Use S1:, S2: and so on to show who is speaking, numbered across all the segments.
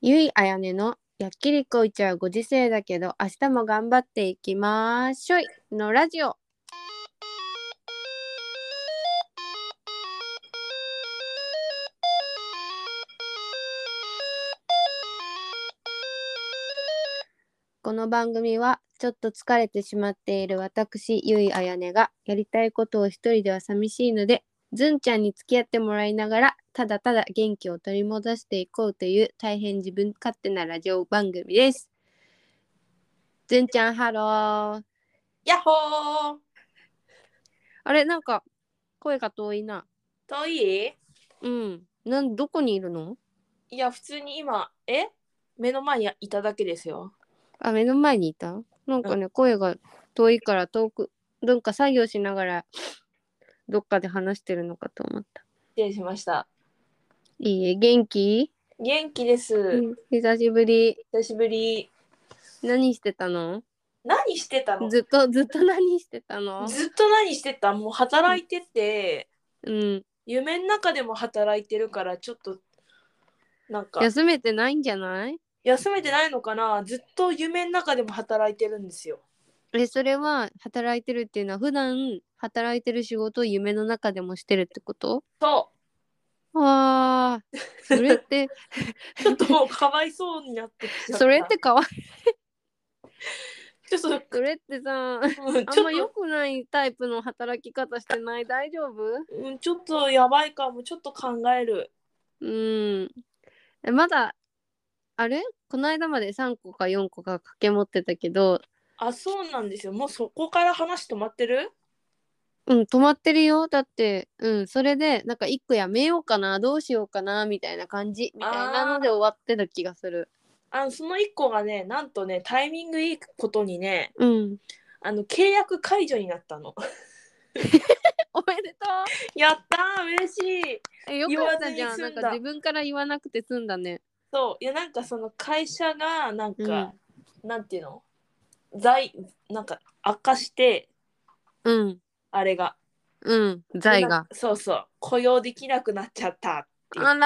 S1: ゆいあやねのやっきりこいちゃうご時世だけど明日も頑張っていきまーしょいのラジオこの番組はちょっと疲れてしまっている私ゆいあやねがやりたいことを一人では寂しいのでずんちゃんに付き合ってもらいながらただただ元気を取り戻していこうという大変自分勝手なラジオ番組です。ずんちゃんハロー。
S2: やっほー
S1: あれなんか声が遠いな。
S2: 遠い
S1: うん。なんどこにいるの
S2: いや普通に今え目の前にいただけですよ
S1: あ目の前にいたなんかね声が遠いから遠くなんか作業しながらどっかで話してるのかと思った。
S2: 失礼しました
S1: いいえ元気、
S2: 元気です、
S1: 久しぶり。
S2: 久しぶり
S1: 何してたの
S2: 何してたのず
S1: ずっとずっと何してたの
S2: っと何してたもう働いてて、
S1: うん。
S2: 夢の中でも働いてるからちょっとなんか
S1: 休めてないんじゃない
S2: 休めてないのかなずっと夢の中でも働いてるんですよ
S1: えそれは働いてるっていうのは普段働いてる仕事を夢の中でもしてるってこと
S2: そ
S1: わあそれって
S2: うちょっと もうかわいそうになってきちゃった
S1: それってかわい
S2: ちょっとうん
S1: それってさあ
S2: ち
S1: ん
S2: ょ
S1: ま
S2: っ
S1: 良
S2: と
S1: くないタイプの働き方してない大丈夫
S2: うんちょっとやばいかもちょっと考える
S1: うんえまだあれこの間まで3個か4個か掛け持ってたけど
S2: あそうなんですよもうそこから話止まってる
S1: うん止まってるよだってうんそれでなんか1個やめようかなどうしようかなみたいな感じみたいなので終わってた気がする
S2: あのその1個がねなんとねタイミングいいことにね
S1: うん
S2: あの契約解除になったの
S1: おめでと
S2: やったー嬉しいう
S1: えよかったじゃんな
S2: 言わずに済
S1: ん
S2: んだ
S1: か自分から言わなくて済んだね
S2: そういやなんかその会社がなんか、なんていうの財なんか悪化して
S1: うん
S2: あれが
S1: うん財
S2: なん
S1: が
S2: かそうそう雇用できなくなっちゃった
S1: あらー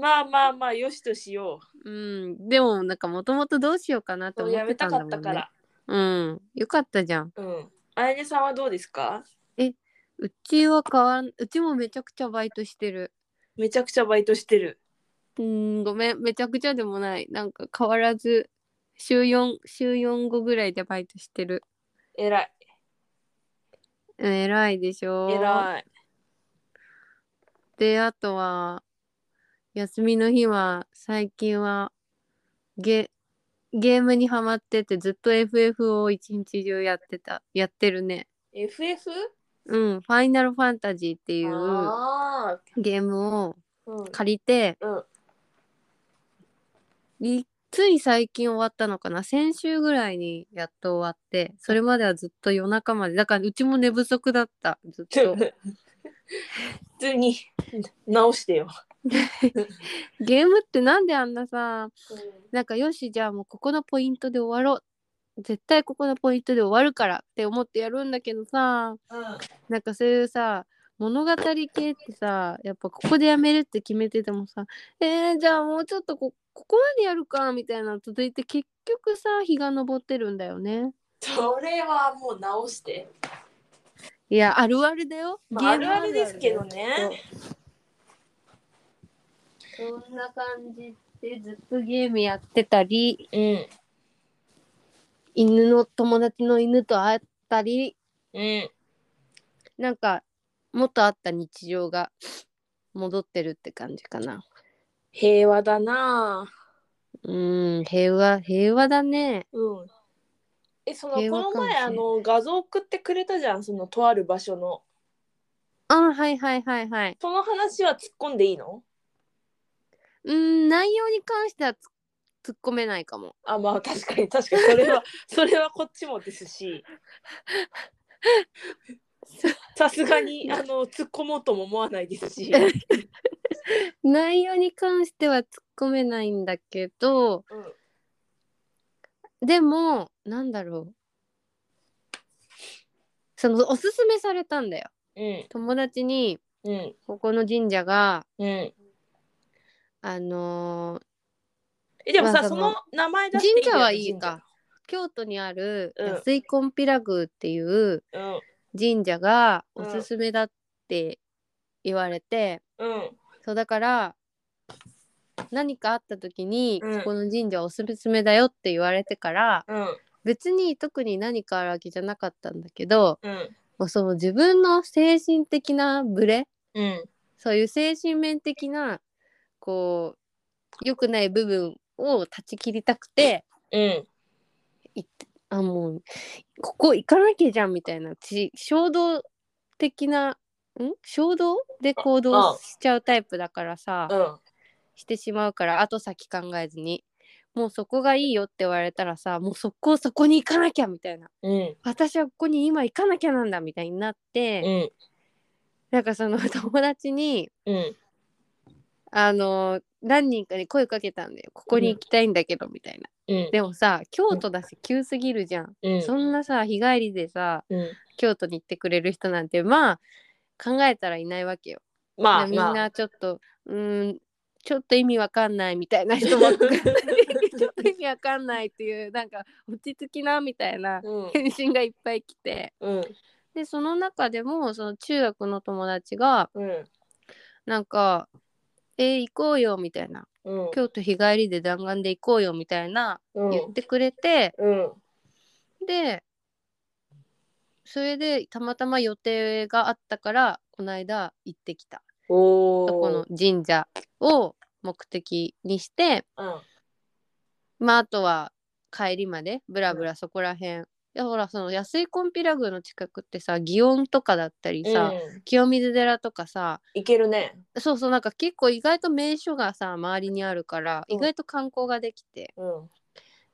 S2: まあまあまあよしとしよ
S1: うん、でもなんかもともとどうしようかなっ
S2: う
S1: て
S2: そう
S1: 思
S2: や
S1: っ
S2: め
S1: てた
S2: た
S1: んだも
S2: かっ
S1: ん
S2: た
S1: ね。
S2: から
S1: うん、よかったじゃん。
S2: うんあやねさんはどうですか
S1: うちは変わん、うちもめちゃくちゃバイトしてる。
S2: めちゃくちゃバイトしてる
S1: うん、ごめん、めちゃくちゃでもない。なんか変わらず週4、週4後ぐらいでバイトしてる。
S2: えらい
S1: うん偉いでしょ。
S2: えらい
S1: で、あとは休みの日は最近はゲゲームにハマっててずっと FF を一日中やってた、やってるね。
S2: FF?
S1: うん、ファイナルファンタジーっていう。
S2: ああ、
S1: ゲームを
S2: うん、
S1: 借りて
S2: うん、
S1: いつい最近終わったのかな先週ぐらいにやっと終わってそれまではずっと夜中までだからうちも寝不足だった ずっと
S2: 普通に直してよ。
S1: ゲームってなんであんなさなんかよしじゃあもうここのポイントで終わろう絶対ここのポイントで終わるからって思ってやるんだけどさなんかそういうさ物語系ってさやっぱここでやめるって決めててもさえー、じゃあもうちょっとこここまでやるかみたいなの続いて結局さ日が昇ってるんだよね。
S2: それはもう直して。
S1: いやあるあるだよ。
S2: まあ、あるあるですけど
S1: ゲームあるあるだ。
S2: ね
S1: よ。そうそんな感じでずっとゲームやってたり
S2: うん。
S1: 犬の友達の犬と会ったり
S2: うん。
S1: なんか元あった日常が戻ってるって感じかな。
S2: 平和だなあ。
S1: うん平和平和だね。
S2: うん。え、その、
S1: 平和か
S2: この
S1: もしれん
S2: 前、あの、画像送ってくれたじゃん、その、とある場所の。
S1: あはいはいはいはい。
S2: その話は突っ込んでいいの
S1: うん内容に関してはつ突っ込めないかも。
S2: あ、まあ、確かに、確かに、それ は、それはこっちもですし。さすがに、あの、突っ込もうとも思わないですし。
S1: 内容に関しては突っ込めないんだけど
S2: うん
S1: でもなんだろうそのおすすめされたんだよ
S2: うん
S1: 友達に
S2: うん
S1: ここの神社が
S2: うん
S1: あの
S2: えでも
S1: ま
S2: さ、
S1: あそ
S2: そ
S1: の
S2: の名前出して
S1: 神
S2: いいんだ
S1: 社
S2: よ
S1: はいいか。京都にある
S2: うん
S1: 安井コンピラ宮っていう
S2: 神社
S1: 神社が
S2: う
S1: お
S2: ん
S1: すすめだって言われて、
S2: うん
S1: そうだから何かあった時に、
S2: うん
S1: ここの神社おすすめだよって言われてから
S2: うんうん
S1: 別に特に何かあるわけじゃなかったんだけど
S2: うん
S1: もうその自分の精神的なブレ
S2: うん
S1: そういう精神面的なこう良くない部分を断ち切りたくて
S2: うん
S1: あもうここ行かなきゃじゃんみたいなち衝動的なん衝動で行動しちゃうタイプだからさ、
S2: うん
S1: してしまうから後先考えずにもうそこがいいよって言われたらさもう速攻そこに行かなきゃみたいな
S2: うん
S1: 私はここに今行かなきゃなんだみたいになって、
S2: うん
S1: なんかその 友達に
S2: うん
S1: あの何人かに声かけたんだよここに行きたいんだけどみたいな、
S2: うん
S1: でもさ京都だし急すぎるじゃん、
S2: うん
S1: そんなさ日帰りでさ
S2: うん
S1: 京都に行ってくれる人なんてまあ考えたらいないわけよ
S2: まあ
S1: みんなちょっと、うーんちょっと意味わかんないみたいな人も
S2: まあ
S1: ちょっと意味わかんないっていうなんか落ち着きなみたいな
S2: うん
S1: 返信がいっぱい来て
S2: うん
S1: でその中でもその中学の友達が
S2: うん
S1: なんか「えー行こうよ」みたいな
S2: う
S1: 「
S2: ん
S1: 京都日帰りで弾丸で行こうよ」みたいな
S2: うん
S1: 言ってくれて
S2: うん
S1: でそれでたまたま予定があったからこの間行ってきた。
S2: お
S1: そこの
S2: お
S1: 神社を目的にしてまああとは帰りまでブラブラそこら辺、ん、いやほらその安いコンピラ宮の近くってさ祇園とかだったり
S2: うん
S1: さ、
S2: うん
S1: 清水寺とかさ
S2: いけるね
S1: そうそうなんか結構意外と名所がさ周りにあるから
S2: うん
S1: 意外と観光ができて、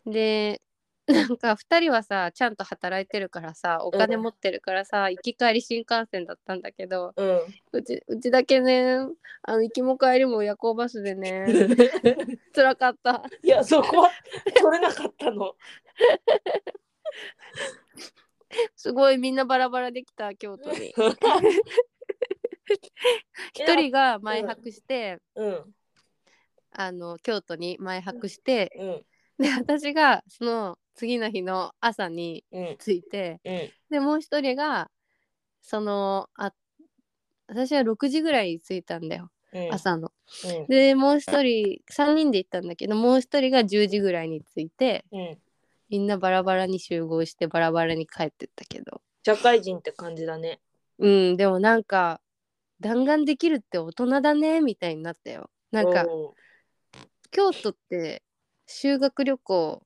S2: うん
S1: で なんか2人はさちゃんと働いてるからさお金
S2: うん
S1: 持ってるからさ、行き帰り新幹線だったんだけど
S2: うん
S1: うちうちだけねあの行きも帰りも夜行バスでね 辛かった。
S2: いやそこは取れなかったの
S1: すごいみんなバラバラできた京都 に。一人が前泊して、
S2: うん
S1: あの京都に前泊して、
S2: うん
S1: で私がその次の日の朝に
S2: うん
S1: 着いて、
S2: うん
S1: でもう一人がそのあ私は6時ぐらいに着いたんだよ、
S2: うん
S1: 朝の。
S2: うん
S1: でもう一人3人で行ったんだけどもう一人が10時ぐらいに着いて
S2: うん
S1: みんなバラバラに集合してバラバラに帰ってったけど。
S2: 社会人って感じだね
S1: うんでもなんか弾丸できるって大人だねみたいになったよなんか
S2: お
S1: 京都って修学旅行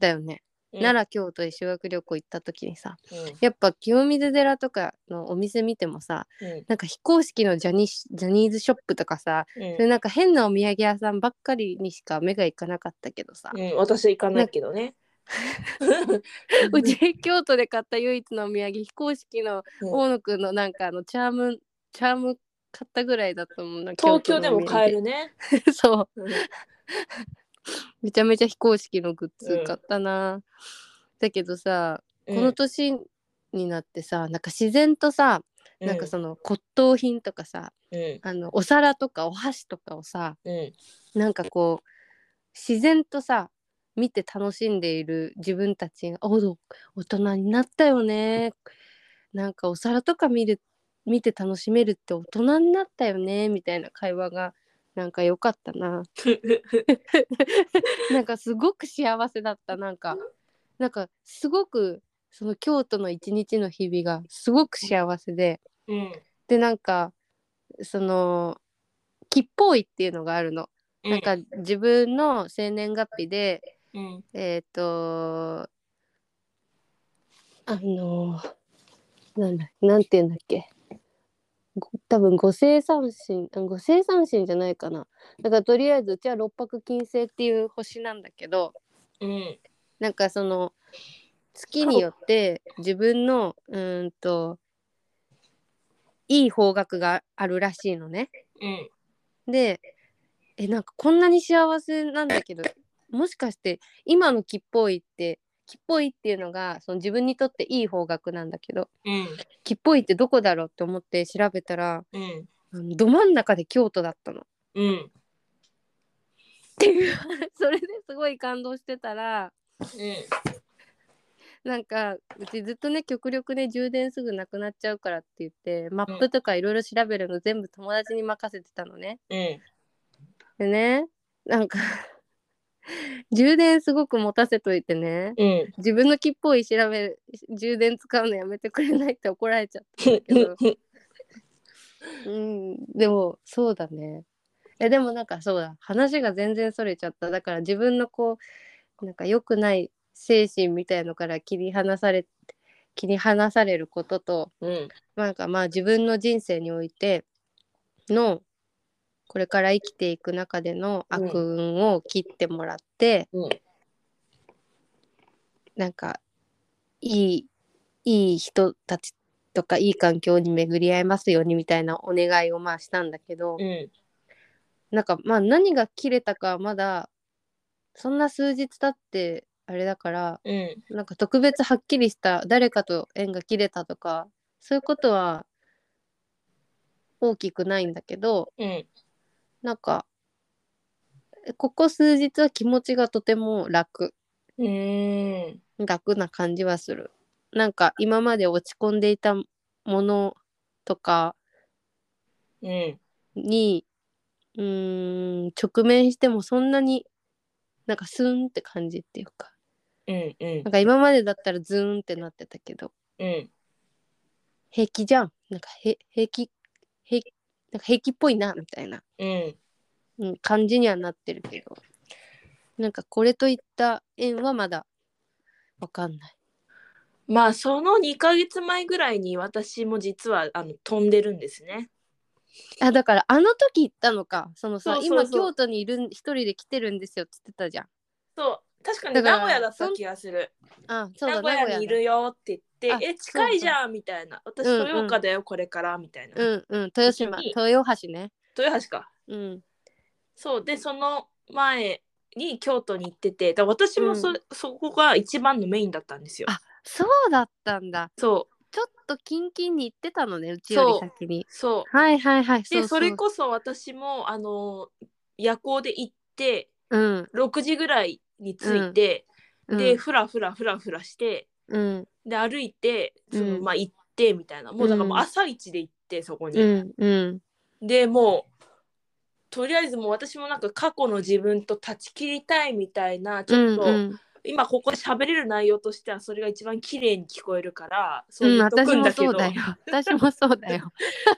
S1: だよね、
S2: ーうん
S1: 奈良京都へ修学旅行行った時にさ
S2: うん
S1: やっぱ清水寺とかのお店見てもさ
S2: うん
S1: なんか非公式のジャニジャニーズショップとかさ、
S2: うん
S1: そういうなんか変なお土産屋さんばっかりにしか目がいかなかったけどさ、
S2: うん、私は行かないけどね。
S1: うち京都で買った唯一のお土産非公式の
S2: うん
S1: 大野くんのなんかあのチャームチャーム買ったぐらいだと思うな
S2: 東京でも
S1: 京都のお土産
S2: 買えるね。
S1: そう
S2: うん
S1: めちゃめちゃ非公式のグッズ買ったな、だけどさこの年になってさなんか自然とさ、なんかその骨董品とかさ
S2: うん
S1: あのお皿とかお箸とかをさ
S2: うん
S1: なんかこう自然とさ見て楽しんでいる自分たちがおど大人になったよねなんかお皿とか見る見て楽しめるって大人になったよねみたいな会話がなんか良かったな。なんかすごく幸せだったなんかなんかすごくその京都の一日の日々がすごく幸せで
S2: うん
S1: でなんかその吉報位っていうのがあるの
S2: うん
S1: なんか自分の生年月日で
S2: うん
S1: えっ、とあのなんだなんて言うんだっけご多分五星三神あ五星三神じゃないかなだからとりあえずうちは六白金星っていう星なんだけど
S2: うん
S1: なんかその月によって自分のうーんといい方角があるらしいのね。
S2: うん
S1: でえなんかこんなに幸せなんだけ どもしかして今の木っぽいって木っぽいっていうのがその自分にとっていい方角なんだけど
S2: うん
S1: 木っぽいってどこだろうって思って調べたら
S2: うん
S1: あのど真ん中で京都だったの。
S2: うん
S1: ていう それですごい感動してたらなんかうちずっとね極力ね充電すぐなくなっちゃうからって言ってマップとかいろいろ調べるの全部友達に任せてたのね。
S2: うんうん
S1: でねなんか 充電すごく持たせといてね
S2: うん
S1: 自分の木っぽい調べ充電使うのやめてくれないって怒られちゃったんだけどうんでもそうだねえでもなんかそうだ話が全然それちゃっただから自分のこうなんか良くない精神みたいのから切り離され切り離されることと
S2: うん
S1: なんかまあ自分の人生においてのこれから生きていく中での悪運を切ってもらって、
S2: うん
S1: なんかいいいい人たちとかいい環境に巡り合えますようにみたいなお願いをまあしたんだけど、
S2: うん
S1: なんかまあ何が切れたかはまだそんな数日経ってあれだから
S2: うん
S1: なんか特別はっきりした誰かと縁が切れたとかそういうことは大きくないんだけど
S2: うん
S1: なんかここ数日は気持ちがとても楽
S2: うん
S1: 楽な感じはするなんか今まで落ち込んでいたものとか
S2: うん
S1: にうーん直面してもそんなになんかスーンって感じっていうか
S2: うんうん
S1: なんか今までだったらズーンってなってたけど
S2: うん
S1: 平気じゃんなんかへ平気平気なんか平気っぽいなみたいな、
S2: うん
S1: うん、感じにはなってるけどなんかこれといった縁はまだわかんない
S2: まあその2ヶ月前ぐらいに私も実はあの飛んでるんですね。
S1: あだからあの時行ったのかそのさ
S2: そうそうそう
S1: 今京都にいるん一人で来てるんですよっつってたじゃん
S2: そう確かに
S1: だから
S2: 名古屋だった気がする。
S1: あそうだ
S2: 名古
S1: 名古
S2: 屋
S1: 屋
S2: に
S1: に
S2: いるよって言
S1: あ
S2: って「え近いじゃん」みたいな「私
S1: うんうん
S2: 豊岡だよこれから」みたいな、
S1: うんうん豊島
S2: 時に
S1: 豊橋ね
S2: 豊橋か
S1: うん
S2: そうでその前に京都に行っててだから私もそ,、
S1: う
S2: そこが一番のメインだったんですよ
S1: あそうだったんだ
S2: そう
S1: ちょっとキンキンに行ってたのねうちより先に
S2: そう
S1: はいはいはい
S2: で
S1: うう
S2: それこそ私もあの夜行で行って
S1: うん
S2: 6時ぐらいに着いて、
S1: うん
S2: でふらふらふらふらして
S1: うん
S2: で歩いてその、
S1: うん
S2: まあ行ってみたいなもうだからも
S1: う
S2: う
S1: ん
S2: 朝一で行ってそこに、
S1: うんうん
S2: でもうとりあえずもう私もなんか過去の自分と断ち切りたいみたいなち
S1: う
S2: ょっ
S1: ん
S2: と、
S1: うん
S2: 今ここで喋れる内容としてはそれが一番綺麗に聞こえるからそう
S1: うん
S2: 言っと
S1: 私
S2: くん
S1: も
S2: だけ
S1: そ
S2: ど、
S1: う だよ私もそうだよ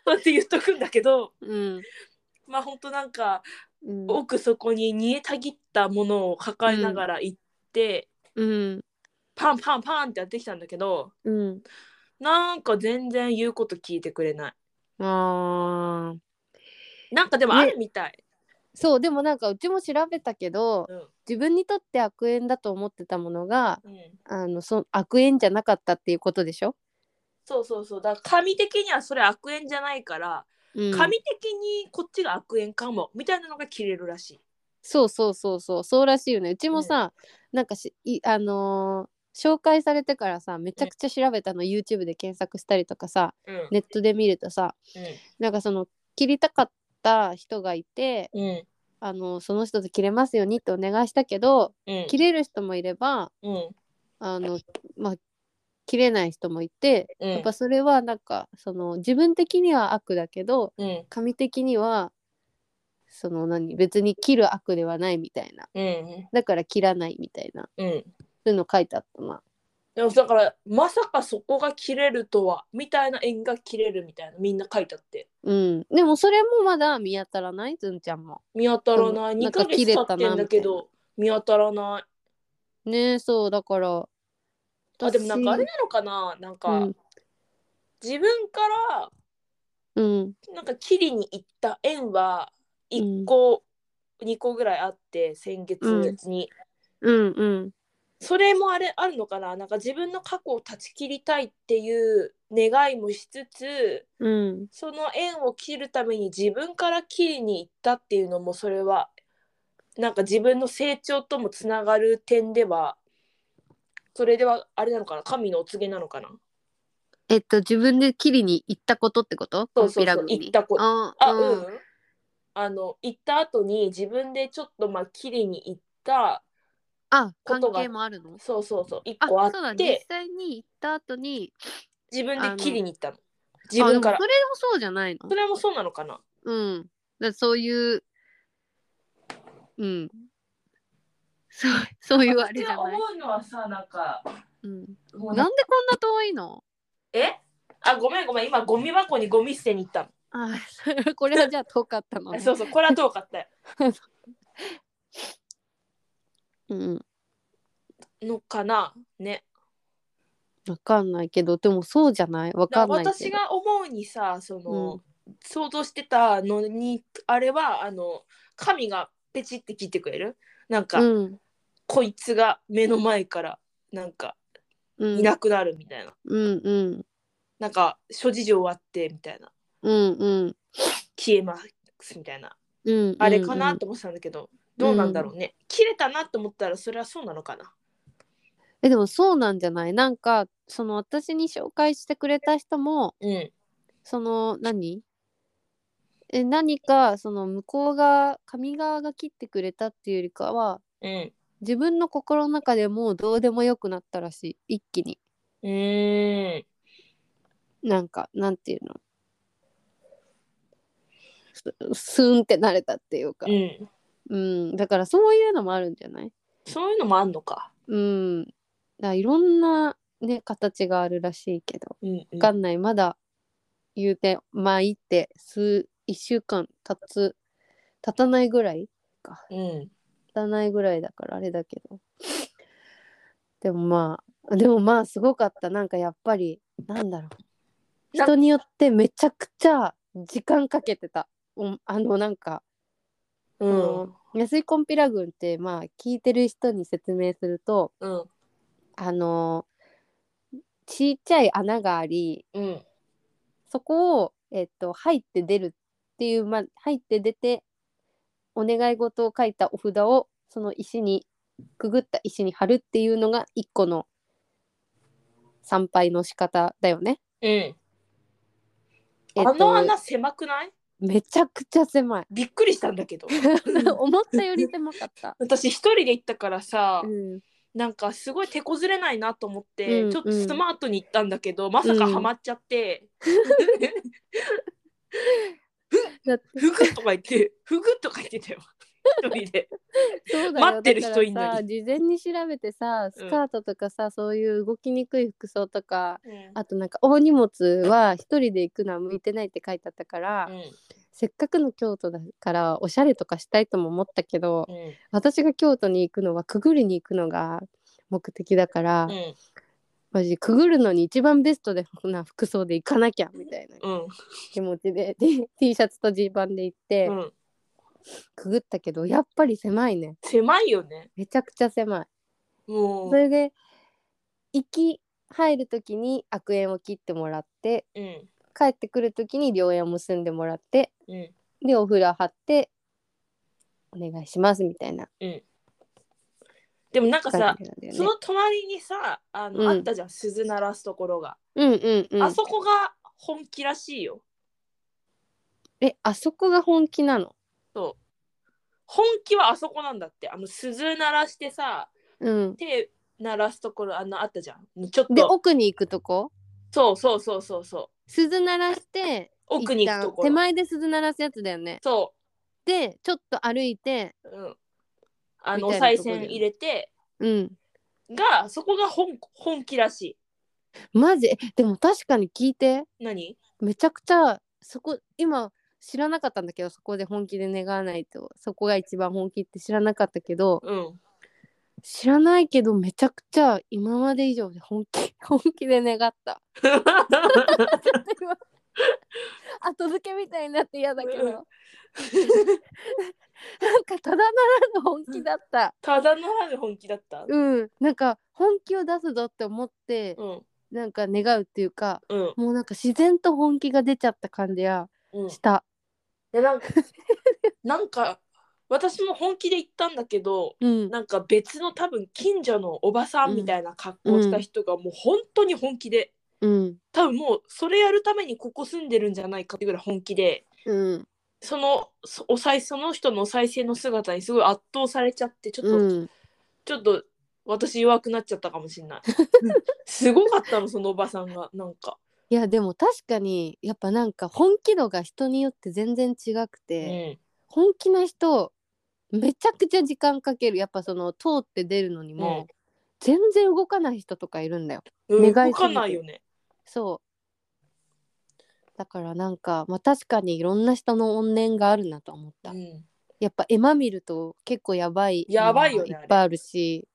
S2: そうって言っとくんだけど
S1: うん
S2: まあ本当なんか
S1: うん
S2: 奥底に煮えたぎったものを抱えながら行っ
S1: う
S2: て、
S1: ん
S2: パンパンパンってやってきたんだけど
S1: うん
S2: なんか全然言うこと聞いてくれない
S1: あー
S2: なんかでもあるみたい、
S1: そうでもなんかうちも調べたけど
S2: うん
S1: 自分にとって悪縁だと思ってたものが
S2: うん
S1: あのそ悪縁じゃなかったっていうことでしょ、
S2: そうそうそうだから神的にはそれ悪縁じゃないから
S1: うん、
S2: 神的にこっちが悪縁かもみたいなのが切れるらしい。
S1: そうそうそうそうそうらしいよねうちもさ、なんかしいあのー紹介されてからさめちゃくちゃ調べたの、YouTube で検索したりとかさ
S2: うん
S1: ネットで見るとさなんかその切りたかった人がいて
S2: うんうん
S1: あのその人と切れますようにってお願いしたけど
S2: うん
S1: 切れる人もいれば
S2: うん
S1: あのまあ切れない人もいて
S2: うん
S1: やっぱそれはなんかその自分的には悪だけど
S2: うん
S1: 神的にはその何別に切る悪ではないみたいな
S2: うん
S1: だから切らないみたいな
S2: うん
S1: そういうの書いてあったな。
S2: でもだからまさかそこが切れるとはみたいな縁が切れるみたいなみんな書いてあって
S1: うん、でもそれもまだ見当たらないずんちゃんも。
S2: 見当たらない
S1: うんなん
S2: 2
S1: か
S2: ヶ
S1: 切
S2: 月
S1: れ
S2: 経
S1: たな
S2: ってんだけど見当たらない
S1: ねえそうだから。
S2: あでもなんかあれ
S1: 私
S2: なのかななんか、
S1: うん
S2: 自分から
S1: うん
S2: なんか切りに行った縁は1個、二2個ぐらいあって先月に、
S1: うんうん
S2: それもあれあるのかななんか自分の過去を断ち切りたいっていう願いもしつつ
S1: うん
S2: その縁を切るために自分から切りに行ったっていうのもそれはなんか自分の成長ともつながる点ではそれではあれなのかな神のお告げなのかな
S1: えっと自分で切りに行ったことってこと
S2: そうそうそう
S1: コンピラ組に
S2: 行ったこと
S1: あ
S2: あ
S1: あ
S2: う、
S1: うんん、
S2: あの行った後に自分でちょっとまあ切りに行った
S1: あ
S2: こ
S1: 関
S2: とが
S1: 係もあるの
S2: そうそうそう一
S1: あ
S2: 個あ
S1: そうだ
S2: っ
S1: 実
S2: て
S1: 際に行った後に
S2: 自分で切りに行ったの自
S1: あ
S2: 分から
S1: でもそれもそうじゃないの
S2: それもそうなのかな
S1: うん。だからそういう、うん。そうそういうあれじゃない
S2: 私。思うのはさなんか
S1: うん、
S2: もう
S1: なんでこんな遠いの
S2: えあごめんごめん今ゴミ箱にゴミ捨てに行ったの
S1: あ それこれはじゃあ遠かったの、
S2: あ
S1: ね。
S2: そうそうこれはどうかったよ
S1: うん。
S2: のかなね
S1: わかんないけど、でもそうじゃないわかんないけど。
S2: 私が思うにさその
S1: う、
S2: 想像してたのにあれはあの神がペチって切ってくれるなんか、
S1: うん。
S2: こいつが目の前からなんか
S1: うん。
S2: いなくなるみたいな、
S1: うんうん。
S2: なんか諸事情あってみたいな
S1: うんうん。
S2: 消えますみたいな
S1: うん。
S2: あれかなと思ってたんだけど、どうなんだろうね切れたなと思ったらそれはそうなのかな
S1: え、でもそうなんじゃないなんか、その私に紹介してくれた人も、
S2: うん
S1: その何え何かその向こうが神側が切ってくれたっていうよりかは
S2: うん
S1: 自分の心の中でもうどうでもよくなったらしい一気に
S2: うーん
S1: なんかなんていうのすスーンって慣れたっていうか
S2: う、ん
S1: うん、だからそういうのもあるんじゃない
S2: そういうのもあんのか
S1: うんだからいろんなね形があるらしいけど
S2: うんうん
S1: わかんないまだ言うて前って数1週間経つ経たないぐらい
S2: うん
S1: 汚いぐらいだからあれだけどでもまあでもまあすごかったなんかやっぱりなんだろう
S2: な
S1: 人によってめちゃくちゃ時間かけてたおあのなんか、
S2: う
S1: あ
S2: ん
S1: の安井コンピラ軍ってまあ聞いてる人に説明すると
S2: うん
S1: あのちっちゃい穴があり
S2: うん
S1: そこを、えっと、入って出るっていう、まあ、入って出てお願い事を書いたお札をその石にくぐった石に貼るっていうのが一個の参拝の仕方だよね。
S2: うん
S1: えっ
S2: あの
S1: と、
S2: 穴狭くない
S1: めちゃくちゃ狭い
S2: びっくりしたんだけど
S1: 思ったより狭かった。
S2: 私一人で行ったからさ、
S1: うん、
S2: なんかすごい手こずれないなと思って、
S1: うん
S2: ちょっとスマートに行ったんだけど、まさかハマっちゃって、
S1: だって
S2: ふぐとか言ってふぐとか言ってたよ 一人で
S1: そうだよ
S2: 待ってる人いんのに
S1: だからさ事前に調べてさスカートとかさ、そういう動きにくい服装とかあとなんか大荷物は一人で行くのは向いてないって書いてあったから。せっかくの京都だからおしゃれとかしたいとも思ったけど、
S2: うんうん
S1: 私が京都に行くのはくぐりに行くのが目的だから、
S2: うん
S1: マジくぐるのに一番ベストな服装で行かなきゃみたいな
S2: うん
S1: 気持ちで T, T シャツとジーパンで行って、
S2: うん
S1: くぐったけどやっぱり狭いね
S2: 狭いよね
S1: めちゃくちゃ狭い。
S2: も
S1: それで行き入る時に悪縁を切ってもらって
S2: ううん
S1: 帰ってくる時に良縁を結んでもらって
S2: うん
S1: でお風呂張ってお願いしますみたいな
S2: でもなんか
S1: 感
S2: さ
S1: じなんだよ
S2: そ
S1: ね。
S2: の隣にさあの、
S1: うん
S2: あったじゃん鈴鳴らすところが、
S1: うんうんうん。
S2: あそこが本気らしいよ
S1: えあそこが本気なの。
S2: そう本気はあそこなんだってあの鈴鳴らしてさ
S1: うん。
S2: 手鳴らすところあのあったじゃんちょっ
S1: で
S2: と
S1: 奥に行くとこ
S2: そうそうそうそうそう
S1: 鈴鳴らして
S2: 奥に行くと
S1: 一旦
S2: こ
S1: 手
S2: ろ
S1: 前で鈴鳴らすやつだよね。
S2: そ
S1: でちょっと歩いて
S2: う、うん、あのお
S1: みたい
S2: 賽
S1: なところ
S2: 銭入れて
S1: うん。
S2: がそこが本本気らし
S1: マジえでも確かに聞いて
S2: い何
S1: めちゃくちゃそこ今知らなかったんだけどそこで本気で願わないとそこが一番本気って知らなかったけど
S2: うん
S1: 知らないけどめちゃくちゃ今まで以上で本気 本気で願った。 後付けみたいになって嫌だけど
S2: うん
S1: なんか ただならぬ本気だった
S2: ただならぬ本気だった
S1: うんなんか本気を出すぞって思って
S2: うん
S1: なんか願うっていうか
S2: うん
S1: もうなんか自然と本気が出ちゃった感じや
S2: うん
S1: した
S2: でなんかなんか私も本気で言ったんだけど
S1: うん
S2: なんか別の多分近所のおばさんみたいな格好をした人がもう本当に本気で
S1: うん
S2: 多分もうそれやるためにここ住んでるんじゃないかってぐらい本気で
S1: うん
S2: そのそおさいその人のお賽銭の姿にすごい圧倒されちゃってちょっと、
S1: うん、
S2: ちょっと私弱くなっちゃったかもしれ ないすごかったのそのおばさんがなんか、
S1: いやでも確かにやっぱなんか本気度が人によって全然違く
S2: う
S1: て、
S2: ん
S1: 本気な人めちゃくちゃ時間かけるやっぱその通って出るのにも、
S2: うん
S1: 全然動かない人とかいるんだよ
S2: うん、
S1: 願い
S2: 動
S1: すぎて
S2: かないよね
S1: そうだからなんかまあ確かにいろんな人の怨念があるなと思った、
S2: うん
S1: やっぱ絵馬見ると結構やばい
S2: やばいよね
S1: のがいっぱいあるし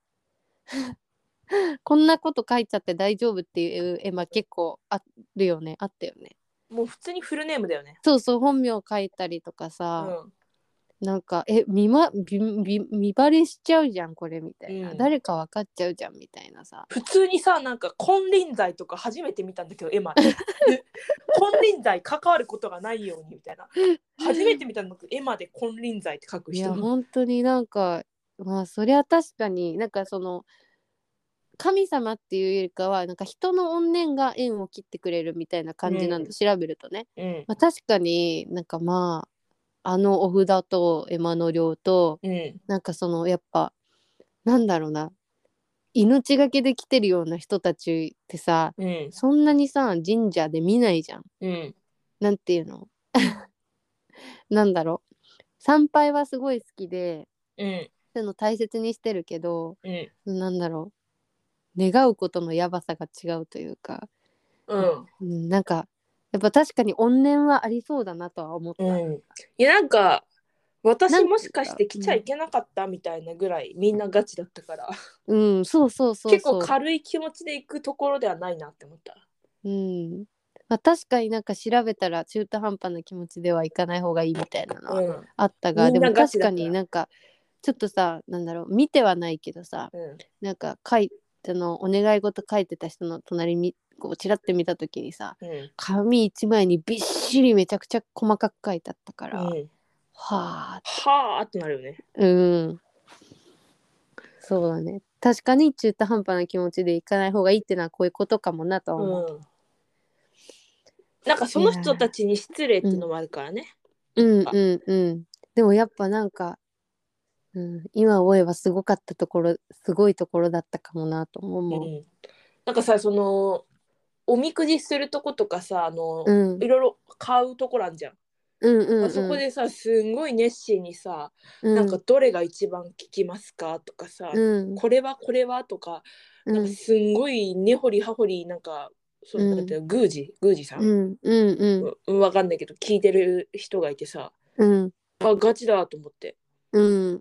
S1: こんなこと書いちゃって大丈夫っていう絵馬結構あるよねあったよね
S2: もう普通にフルネームだよね
S1: そうそう本名書いたりとか
S2: う
S1: さ、
S2: ん
S1: なんかえ見,、ま、見見見バレしちゃうじゃんこれみたいな、
S2: うん
S1: 誰か分かっちゃうじゃんみたいなさ
S2: 普通にさなんか金輪際とか初めて見たんだけどエマ で金輪際関わることがないようにみたいな初めて見たんだけどエマで金輪際って書く
S1: いや
S2: 人
S1: 本当になんかまあそりゃ確かになんかその神様っていうよりかはなんか人の怨念が縁を切ってくれるみたいな感じなんで、
S2: う
S1: 調べるとね、
S2: うん
S1: まあ、確かになんかまああのお札と絵馬の量と
S2: うん
S1: なんかそのやっぱなんだろうな命がけで来てるような人たちってさ
S2: うん
S1: そんなにさ神社で見ないじゃん。
S2: うん
S1: なんていうの なんだろう参拝はすごい好きで
S2: うん
S1: そういうの大切にしてるけど
S2: うん
S1: なんだろう願うことのやばさが違うというか、
S2: うん
S1: うん、なんかやっぱ確かに怨念はありそうだなとは思った。
S2: うんいやなんか
S1: な
S2: 私
S1: んか
S2: もしかして来ちゃいけなかったみたいなぐらいみんなガチだったから
S1: うん、そうそうそうそう
S2: 結構軽い気持ちで行くところではないなって思った
S1: うんまあ、確かになんか調べたら中途半端な気持ちではいかない方がいいみたいなのは
S2: うん
S1: あったが、
S2: み
S1: で
S2: んな
S1: も
S2: ガチ
S1: 確
S2: だ
S1: か
S2: から
S1: になんかちょっとさなんだろう見てはないけどさ
S2: うん
S1: なんか書いてのお願い事書いてた人の隣にこうちらって見た時にさ
S2: うん
S1: 紙一枚にびっしりめちゃくちゃ細かく書いてあったから、は
S2: うん
S1: あ
S2: はあってなるよね
S1: うんそうだね確かに中途半端な気持ちでいかない方がいいってのはこういうことかもなとは思う、
S2: うん、なんかその人たちに失礼っていうのもあるからね。
S1: うんうんうんでもやっぱなんか、うん、今思えばすごかったところすごいところだったかもなとも
S2: う
S1: 思う、
S2: ん、なんかさそのおみくじするとことかさあの、
S1: うん、
S2: いろいろ買うところあんじゃん。
S1: うんうんうん
S2: あそこでさすんごい熱心にさ、
S1: うん
S2: なんかどれが一番効きますかとかさ、
S1: うん
S2: これはこれはとか
S1: う
S2: なんか
S1: ん
S2: すんごい根掘り葉掘りなんかそうの
S1: ん
S2: なんていうの宮司宮司さ、
S1: うんんうんうん
S2: うん、わかんないけど聞いてる人がいてさ
S1: うん
S2: あガチだと思って。
S1: うん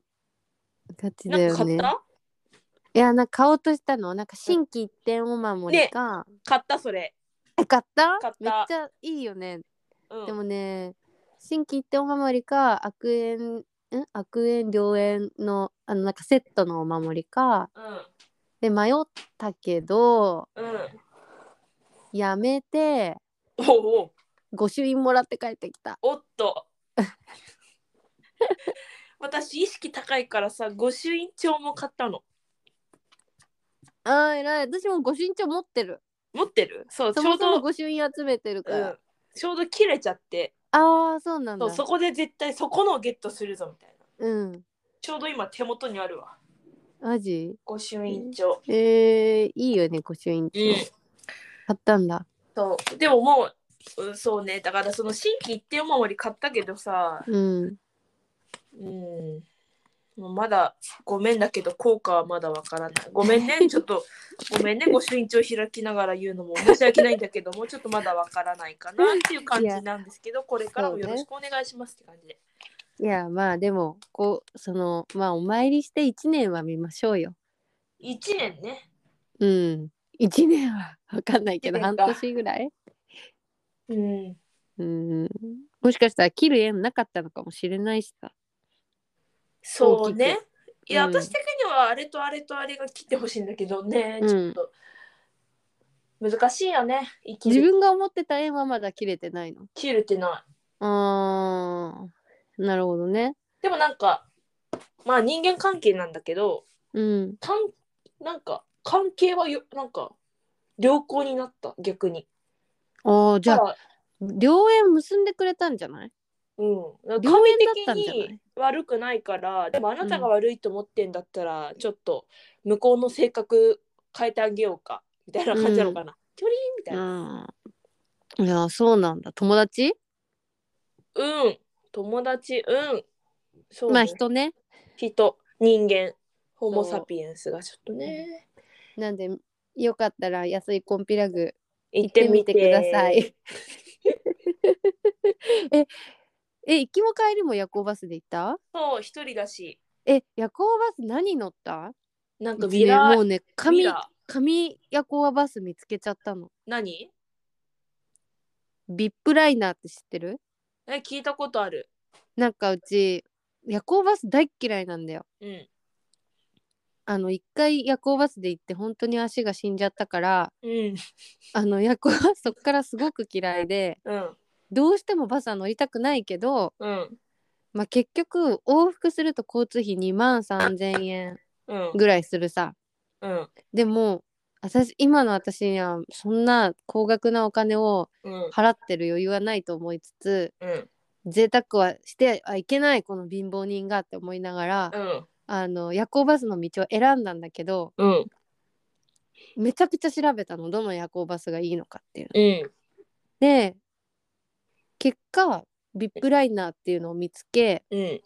S1: ガチだ
S2: なんか
S1: よ
S2: 買
S1: ね
S2: った
S1: いやなんか買おうとしたのなんか新規一点お守りか、
S2: 買ったそれ。
S1: え買った
S2: 買った
S1: めっちゃいいよね、
S2: うん、
S1: でもね新規一点お守りか悪縁ん悪縁良縁のあのなんかセットのお守りか
S2: うん
S1: で迷ったけど
S2: うん
S1: やめて
S2: おお
S1: 御朱印もらって帰ってきた
S2: おっと 私意識高いからさ御朱印帳も買ったの
S1: あー偉い私も御朱印帳持ってる
S2: 持ってるそうち
S1: そ
S2: ょ
S1: も
S2: う
S1: そも
S2: ど
S1: 御朱印集めてるか
S2: う
S1: ら、
S2: んちょうど切れちゃって
S1: ああそうなんだ
S2: そうそこで絶対そこのをゲットするぞみたいな
S1: うん
S2: ちょうど今手元にあるわ
S1: マジ
S2: 御朱印帳
S1: えー、いいよね御朱印帳、
S2: うん
S1: 買ったんだ
S2: そうでももう、うんそうねだからその新規一点お守り買ったけどさ
S1: うん
S2: うんもうまだごめんだけど効果はまだわからないごめ んねちょっとごめんねご朱印帳開きながら言うのも 申し訳ないんだけどもうちょっとまだわからないかなっていう感じなんですけどこれからもよろしくお願いしますって感じで
S1: いやまあでもこうそのまあお参りして1年は見ましょうよ
S2: 1年ね
S1: うん1年は分かんないけど
S2: 一年
S1: 半
S2: か
S1: 年ぐらい
S2: うん
S1: うんもしかしたら切る縁なかったのかもしれないしさ
S2: そう
S1: 大
S2: ね
S1: き
S2: いや、
S1: うん
S2: 私的にはあれとあれとあれが切ってほしいんだけどね
S1: うん
S2: ちょっと難しいよね生き
S1: 自
S2: る
S1: 分が思ってた縁はまだ切れてないの
S2: 切るってな
S1: あーなるほどね
S2: でもなんかまあ人間関係なんだけど
S1: うん
S2: かんなんか関係はよなんか良好になった逆に
S1: あーじゃ
S2: だ
S1: あ
S2: から
S1: 良縁結んでくれたんじゃない
S2: うん、
S1: 良
S2: 神
S1: 縁だった
S2: 的
S1: んじゃない
S2: に悪くないからでもあなたが悪いと思ってんだったら、ちょっと向こうの性格変えてあげようかみたいな感じなのかな、キョリーンみたいな
S1: うんいやそうなんだ友達
S2: うん、友達うんそう、ね
S1: まあ人ね
S2: 人人間ホモ・サピエンスがちょっとね
S1: なんでよかったら安いコンピラグ
S2: 行
S1: 行
S2: っ
S1: ってて
S2: み
S1: み
S2: て
S1: てくださ いええ行きも帰りも夜行バスで行った
S2: そう一人だし
S1: え夜行バス何乗った
S2: なんか
S1: う
S2: ビ
S1: ちね
S2: ラ
S1: もうね
S2: ビ
S1: 紙
S2: ラ
S1: 紙夜行バス見つけちゃったの
S2: 何
S1: ビップライナーって知ってる
S2: え聞いたことある
S1: なんかうち夜行バス大っ嫌いなんだよ
S2: うん
S1: あの一回夜行バスで行って本当に足が死んじゃったから
S2: うん
S1: あの夜行バスそっからすごく嫌いで
S2: うん
S1: どうしてもバスは乗りたくないけど、
S2: うん
S1: まあ、結局往復すると交通費2万3,000円
S2: うん
S1: ぐらいするさ
S2: うん
S1: でも私今の私にはそんな高額なお金を
S2: うん
S1: 払ってる余裕はないと思いつつ
S2: うん
S1: 贅沢はしてはいけないこの貧乏人がって思いながら、
S2: うん
S1: あの夜行バスの道を選んだんだけど
S2: うん
S1: めちゃくちゃ調べたのどの夜行バスがいいのかっていうの。
S2: うん
S1: で結果ビップライナーっていうのを見つけ
S2: うん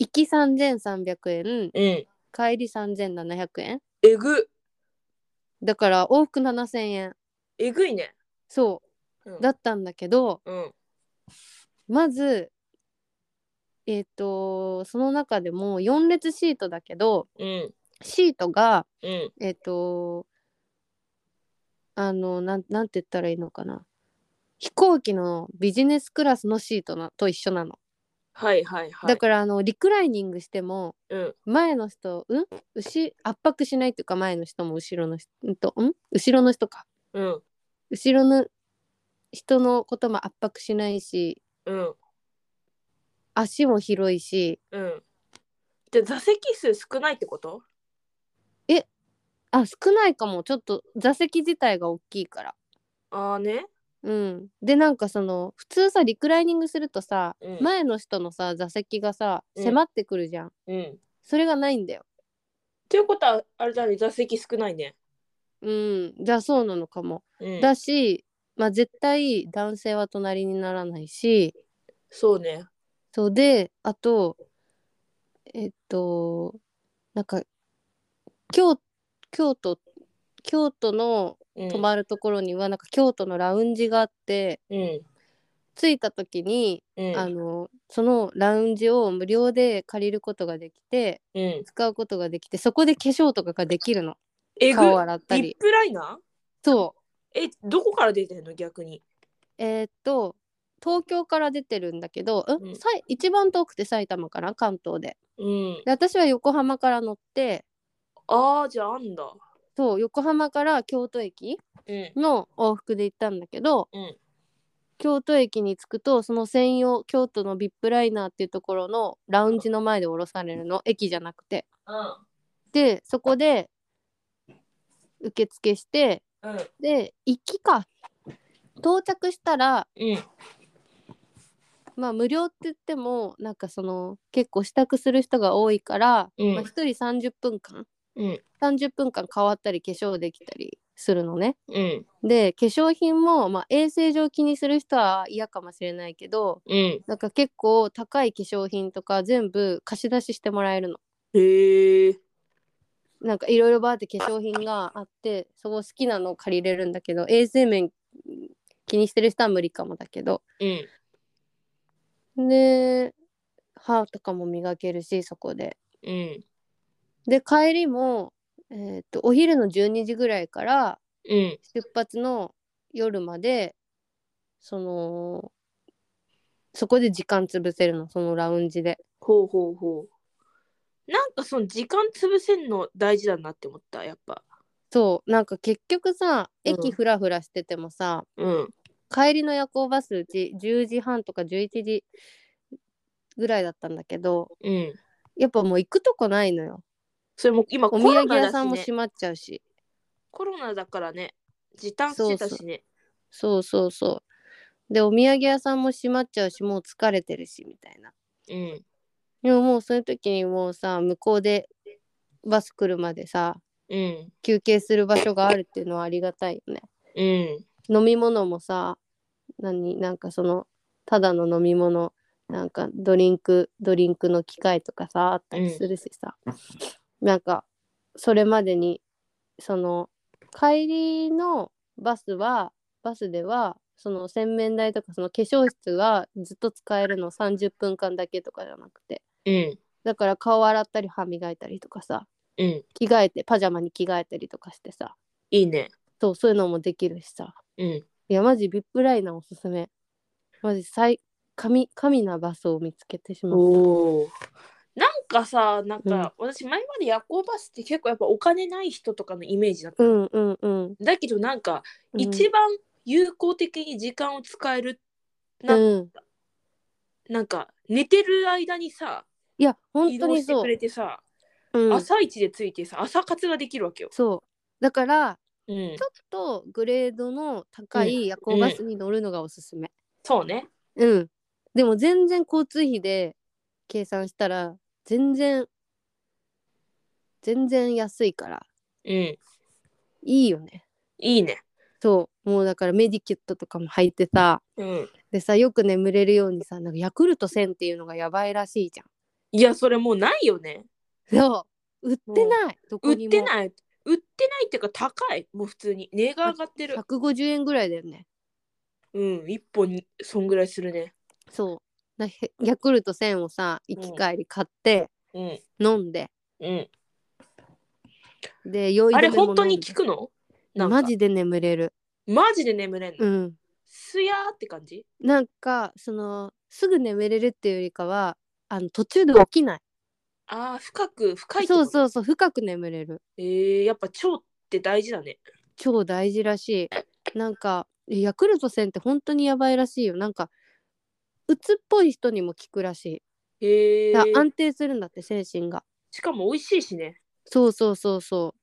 S1: 行き3300円
S2: うん
S1: 帰り3700円
S2: えぐ
S1: だから往復7000円
S2: えぐいね
S1: そううんだったんだけど
S2: うん
S1: まずえっ、とその中でも4列シートだけど
S2: うん
S1: シートが
S2: うん
S1: えっ、とあのなんなんて言ったらいいのかな飛行機のビジネスクラスのシートなと一緒なの、
S2: はいはいはい
S1: だからあのリクライニングしても
S2: うん
S1: 前の人うん後圧迫しないっていうか前の人も後ろの人うんとうん後ろの人か
S2: うん
S1: 後ろの人のことも圧迫しないし
S2: うん
S1: 足も広いし
S2: うんじゃあ座席数少ないってこと
S1: あ少ないかもちょっと座席自体が大きいから
S2: ああね
S1: うん、でなんかその普通さリクライニングするとさ、
S2: うん
S1: 前の人のさ座席がさ
S2: うん
S1: 迫ってくるじゃん、
S2: うん
S1: それがないんだよ
S2: ということはあれだね座席少ないね。
S1: うんじゃあそうなのかも、
S2: うん、
S1: だし、まあ、絶対男性は隣にならないし
S2: そうね。
S1: そうであとえっとなんか京京都京都の
S2: うん、
S1: 泊まるところには、なんか京都のラウンジがあって
S2: うん
S1: 着いた時に
S2: うん
S1: あのそのラウンジを無料で借りることができて
S2: うん、
S1: 使うことができてそこで化粧とかができるの
S2: えぐ
S1: 顔洗った
S2: リッ
S1: り
S2: プライナ
S1: そう
S2: ーえどこから出てんの逆に。
S1: えーっと東京から出てるんだけど、う
S2: うん
S1: ん、さい一番遠くて埼玉から関東で
S2: うん、
S1: で私は横浜から乗って
S2: ああじゃああんだ。
S1: そう横浜から京都駅
S2: うん
S1: の往復で行ったんだけど
S2: うん
S1: 京都駅に着くとその専用京都の VIP ライナーっていうところのラウンジの前で降ろされるの駅じゃなくてでそこで受付して
S2: うん
S1: で行きか到着したら
S2: うん
S1: まあ無料って言ってもなんかその結構支度する人が多いから、
S2: うん
S1: まあ、1人30分間
S2: うん
S1: 30分間変わったり化粧できたりするのね
S2: うん
S1: で化粧品も、まあ、衛生上気にする人は嫌かもしれないけど
S2: うん
S1: なんか結構高い化粧品とか全部貸し出ししてもらえるの
S2: へえ
S1: なんかいろいろバーって化粧品があってそこ好きなのを借りれるんだけど衛生面気にしてる人は無理かもだけど
S2: うん
S1: で歯とかも磨けるしそこで
S2: うん
S1: で帰りも、えーとお昼の12時ぐらいから
S2: うん
S1: 出発の夜までそのそこで時間潰せるのそのラウンジで
S2: ほうほうほう。なんかその時間潰せんの大事だなって思ったやっぱ。
S1: そうなんか結局さ
S2: うん
S1: 駅フラフラしててもさ、
S2: うん
S1: 帰りの夜行バスうち10時半とか11時ぐらいだったんだけど
S2: うん。
S1: やっぱもう行くとこないのよ
S2: それも今コ
S1: お土
S2: ロナだ
S1: 産
S2: し、ね、
S1: 屋さんも閉まっちゃうし
S2: コロナだからね時短してたしね
S1: そうそうそうでお土産屋さんも閉まっちゃうしもう疲れてるしみたいな
S2: うん
S1: でももうそういう時にもうさ向こうでバス来るまでさ
S2: うん
S1: 休憩する場所があるっていうのはありがたいよね
S2: うん
S1: 飲み物もさ何なんかそのただの飲み物なんかドリンクドリンクの機械とかさあったりするしさ、なんかそれまでにその帰りのバスはバスではその洗面台とかその化粧室がずっと使えるの30分間だけとかじゃなくて
S2: うん
S1: だから顔洗ったり歯磨いたりとかさ
S2: うん
S1: 着替えてパジャマに着替えたりとかしてさ
S2: いいね
S1: そうそういうのもできるしさ
S2: うん
S1: いや、マジビップライナーおすすめ。マジ最神神なバスを見つけてしまう。
S2: おおなんかさなんか、私前まで夜行バスって結構やっぱお金ない人とかのイメージだった、
S1: うんうんうん。
S2: だけどなんか
S1: うん
S2: 一番有効的に時間を使える、な
S1: うん。
S2: なんか寝てる間にさ
S1: いや、本
S2: 移
S1: 当
S2: 動
S1: に
S2: して
S1: そ
S2: く
S1: う。
S2: れてさ、
S1: うん、
S2: 朝一でついてさ朝活ができるわけよ。
S1: そう。だから、
S2: うん
S1: ち、ょっとグレードの高い夜行バスに乗るのがおすすめ。
S2: そうね。
S1: うん。でも全然交通費で計算したら、全然、全然安いから、
S2: うん、
S1: いいよね。
S2: いいね。
S1: そう。もうだからメディキュットとかも入ってさ、
S2: うん、
S1: でさ、よく眠れるようにさ、なんかヤクルト1000っていうのがやばいらしいじゃん。
S2: いやそれもうないよね。
S1: そう売ってない、どこ
S2: 売っ
S1: にも
S2: てない売ってないっていうか高いもう普通に値が上がってる。
S1: 150円ぐらいだよね
S2: うん一本そんぐらいするね。
S1: そうなへヤクルト1000をさ行き帰り買って、
S2: うん
S1: 飲んで
S2: うん。
S1: で酔い
S2: あれ
S1: 止めも飲
S2: 本
S1: んで
S2: 当に効くの？なんか
S1: マジで眠れる
S2: マジで眠れんの。
S1: うん
S2: すやーって感じ？
S1: なんかそのすぐ眠れるっていうよりかはあの途中で起きない
S2: ああ深く深いって
S1: そ
S2: こと。
S1: うそうそう深く眠れる
S2: えー、やっぱ腸って大事だね。
S1: 超大事らしいなんかえヤクルト1000って本当にやばいらしいよなんかうつっぽい人にも効くらし
S2: へえ
S1: いだから
S2: ー。
S1: 安定するんだって精神が
S2: しかも美味しいしね。
S1: そうそうそうそ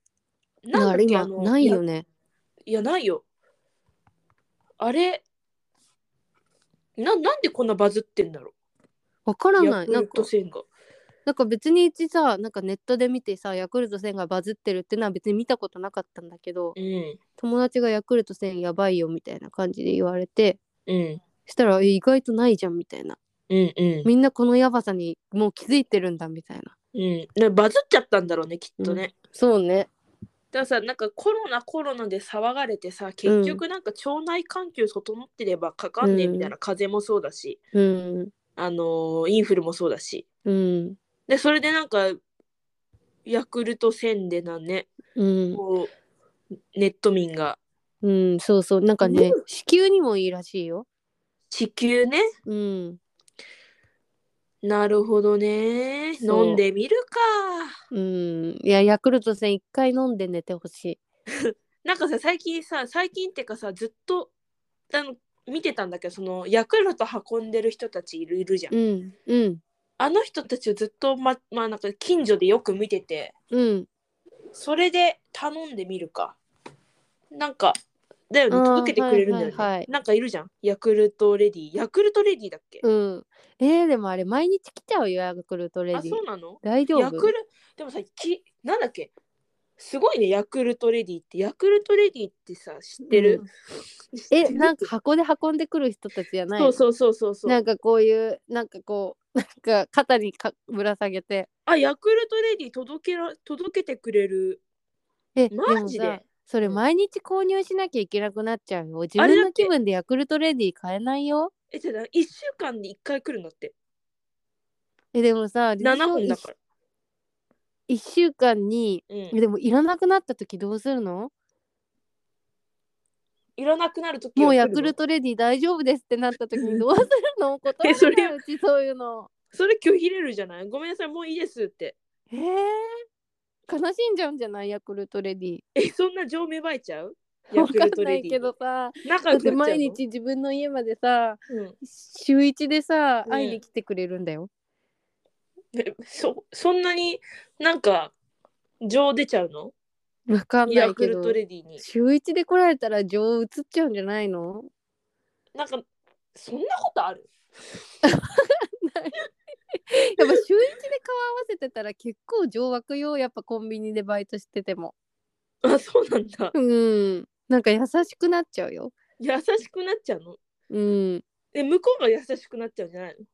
S1: う
S2: なん
S1: な
S2: だ
S1: ん
S2: っ
S1: か
S2: け
S1: 今
S2: あの
S1: ないよね。
S2: いやないよあれななんでこんなバズってんだろ
S1: わから
S2: う
S1: な
S2: ヤ
S1: い。
S2: ク
S1: なん
S2: ル
S1: か
S2: ト1000が
S1: なんか別にうちさなんかネットで見てさヤクルト1000がバズってるってのは別に見たことなかったんだけど
S2: うん
S1: 友達がヤクルト1000やばいよみたいな感じで言われて
S2: うん
S1: したらえ意外とないじゃんみたいな
S2: うんうん
S1: みんなこのやばさにもう気づいてるんだみたいな
S2: うんねバズっちゃったんだろうねきっとね、
S1: そうね
S2: だからさなんかコロナコロナで騒がれてさ結局なんか腸内環境整ってればかかんねえみたいな、風邪もそうだし
S1: うん
S2: あのーインフルもそうだし
S1: うん
S2: でそれでなんかヤクルト1000でなんね
S1: うん
S2: こうネット民が
S1: うんそうそうなんかね子宮にもいいらしいよ
S2: 地球ね
S1: うん
S2: なるほどね。
S1: そう
S2: 飲んでみるか。
S1: うんいやヤクルト1000一回飲んで寝てほしい
S2: なんかさ、最近さ、最近ってかさ、ずっとあの見てたんだけど、そのヤクルト運んでる人たちいるいるじゃん。
S1: うんうん
S2: あの人たちをずっと、ま、まあなんか近所でよく見てて、
S1: うん
S2: それで頼んでみるか。なんか、だよね、
S1: あー
S2: 届けてくれるんだよね。
S1: はいはいはい
S2: なんかいるじゃん。ヤクルトレディ。ヤクルトレディだっけ、
S1: うん。えー、でもあれ、毎日来ちゃうよ、ヤクルトレデ
S2: あ、
S1: ィ
S2: そ。うなの
S1: 大丈
S2: ヤ
S1: 夫
S2: クルでもさきなんだっけすごいねヤクルトレディってヤクルトレディってさ知ってる、知って
S1: え、
S2: る
S1: なんか箱で運んでくる人たちじゃない
S2: そうそうそうそうそう
S1: なんかこういう、なんかこう、 なんか肩にかぶら下げて。
S2: あヤクルトレディ届けら届けてくれる
S1: え、
S2: マジで
S1: もさそれ
S2: うん
S1: 毎日購入しなきゃいけなくなっちゃうよ。自
S2: あれ
S1: 分
S2: だ
S1: の
S2: って
S1: 気分でヤクルトレディ買えないよ。
S2: えじゃあ1週間に1回来るんだって
S1: え、でもさ、
S2: 7本だから
S1: 1週間に、
S2: うん
S1: えでもいらなくなった時どうするの
S2: いらなくなるとき
S1: もうヤクルトレディ大丈夫ですってなった時 にどうするの断
S2: えそれ
S1: れないうちそういうの。
S2: それ拒否れるじゃないごめんなさいもういいですって
S1: えー、悲しんじゃうんじゃないヤクルトレディ。
S2: えそんな情芽生えちゃう ヤ
S1: わ
S2: ク
S1: か
S2: ル
S1: ん
S2: ト
S1: な
S2: レ
S1: い
S2: デ
S1: け
S2: ィ
S1: どさだ
S2: 仲
S1: っ
S2: 良く
S1: て
S2: なっちゃう
S1: 毎
S2: の
S1: 日自分の家までさ
S2: うん
S1: 週一でさ
S2: ね
S1: 会いに来てくれるんだよ。
S2: え そそんなになんか情出ちゃうの
S1: わかんな
S2: ヤ
S1: い
S2: ク
S1: け
S2: ル
S1: ど
S2: トレディに
S1: 週一で来られたら情移っちゃうんじゃないの
S2: なんかそんなことある
S1: やっぱ週一で顔合わせてたら結構上枠よやっぱコンビニでバイトしてても
S2: あそうなんだ
S1: うんなんか優しくなっちゃうよ
S2: 優しくなっちゃうの
S1: うん
S2: え向こうが優しくなっちゃうんじゃないの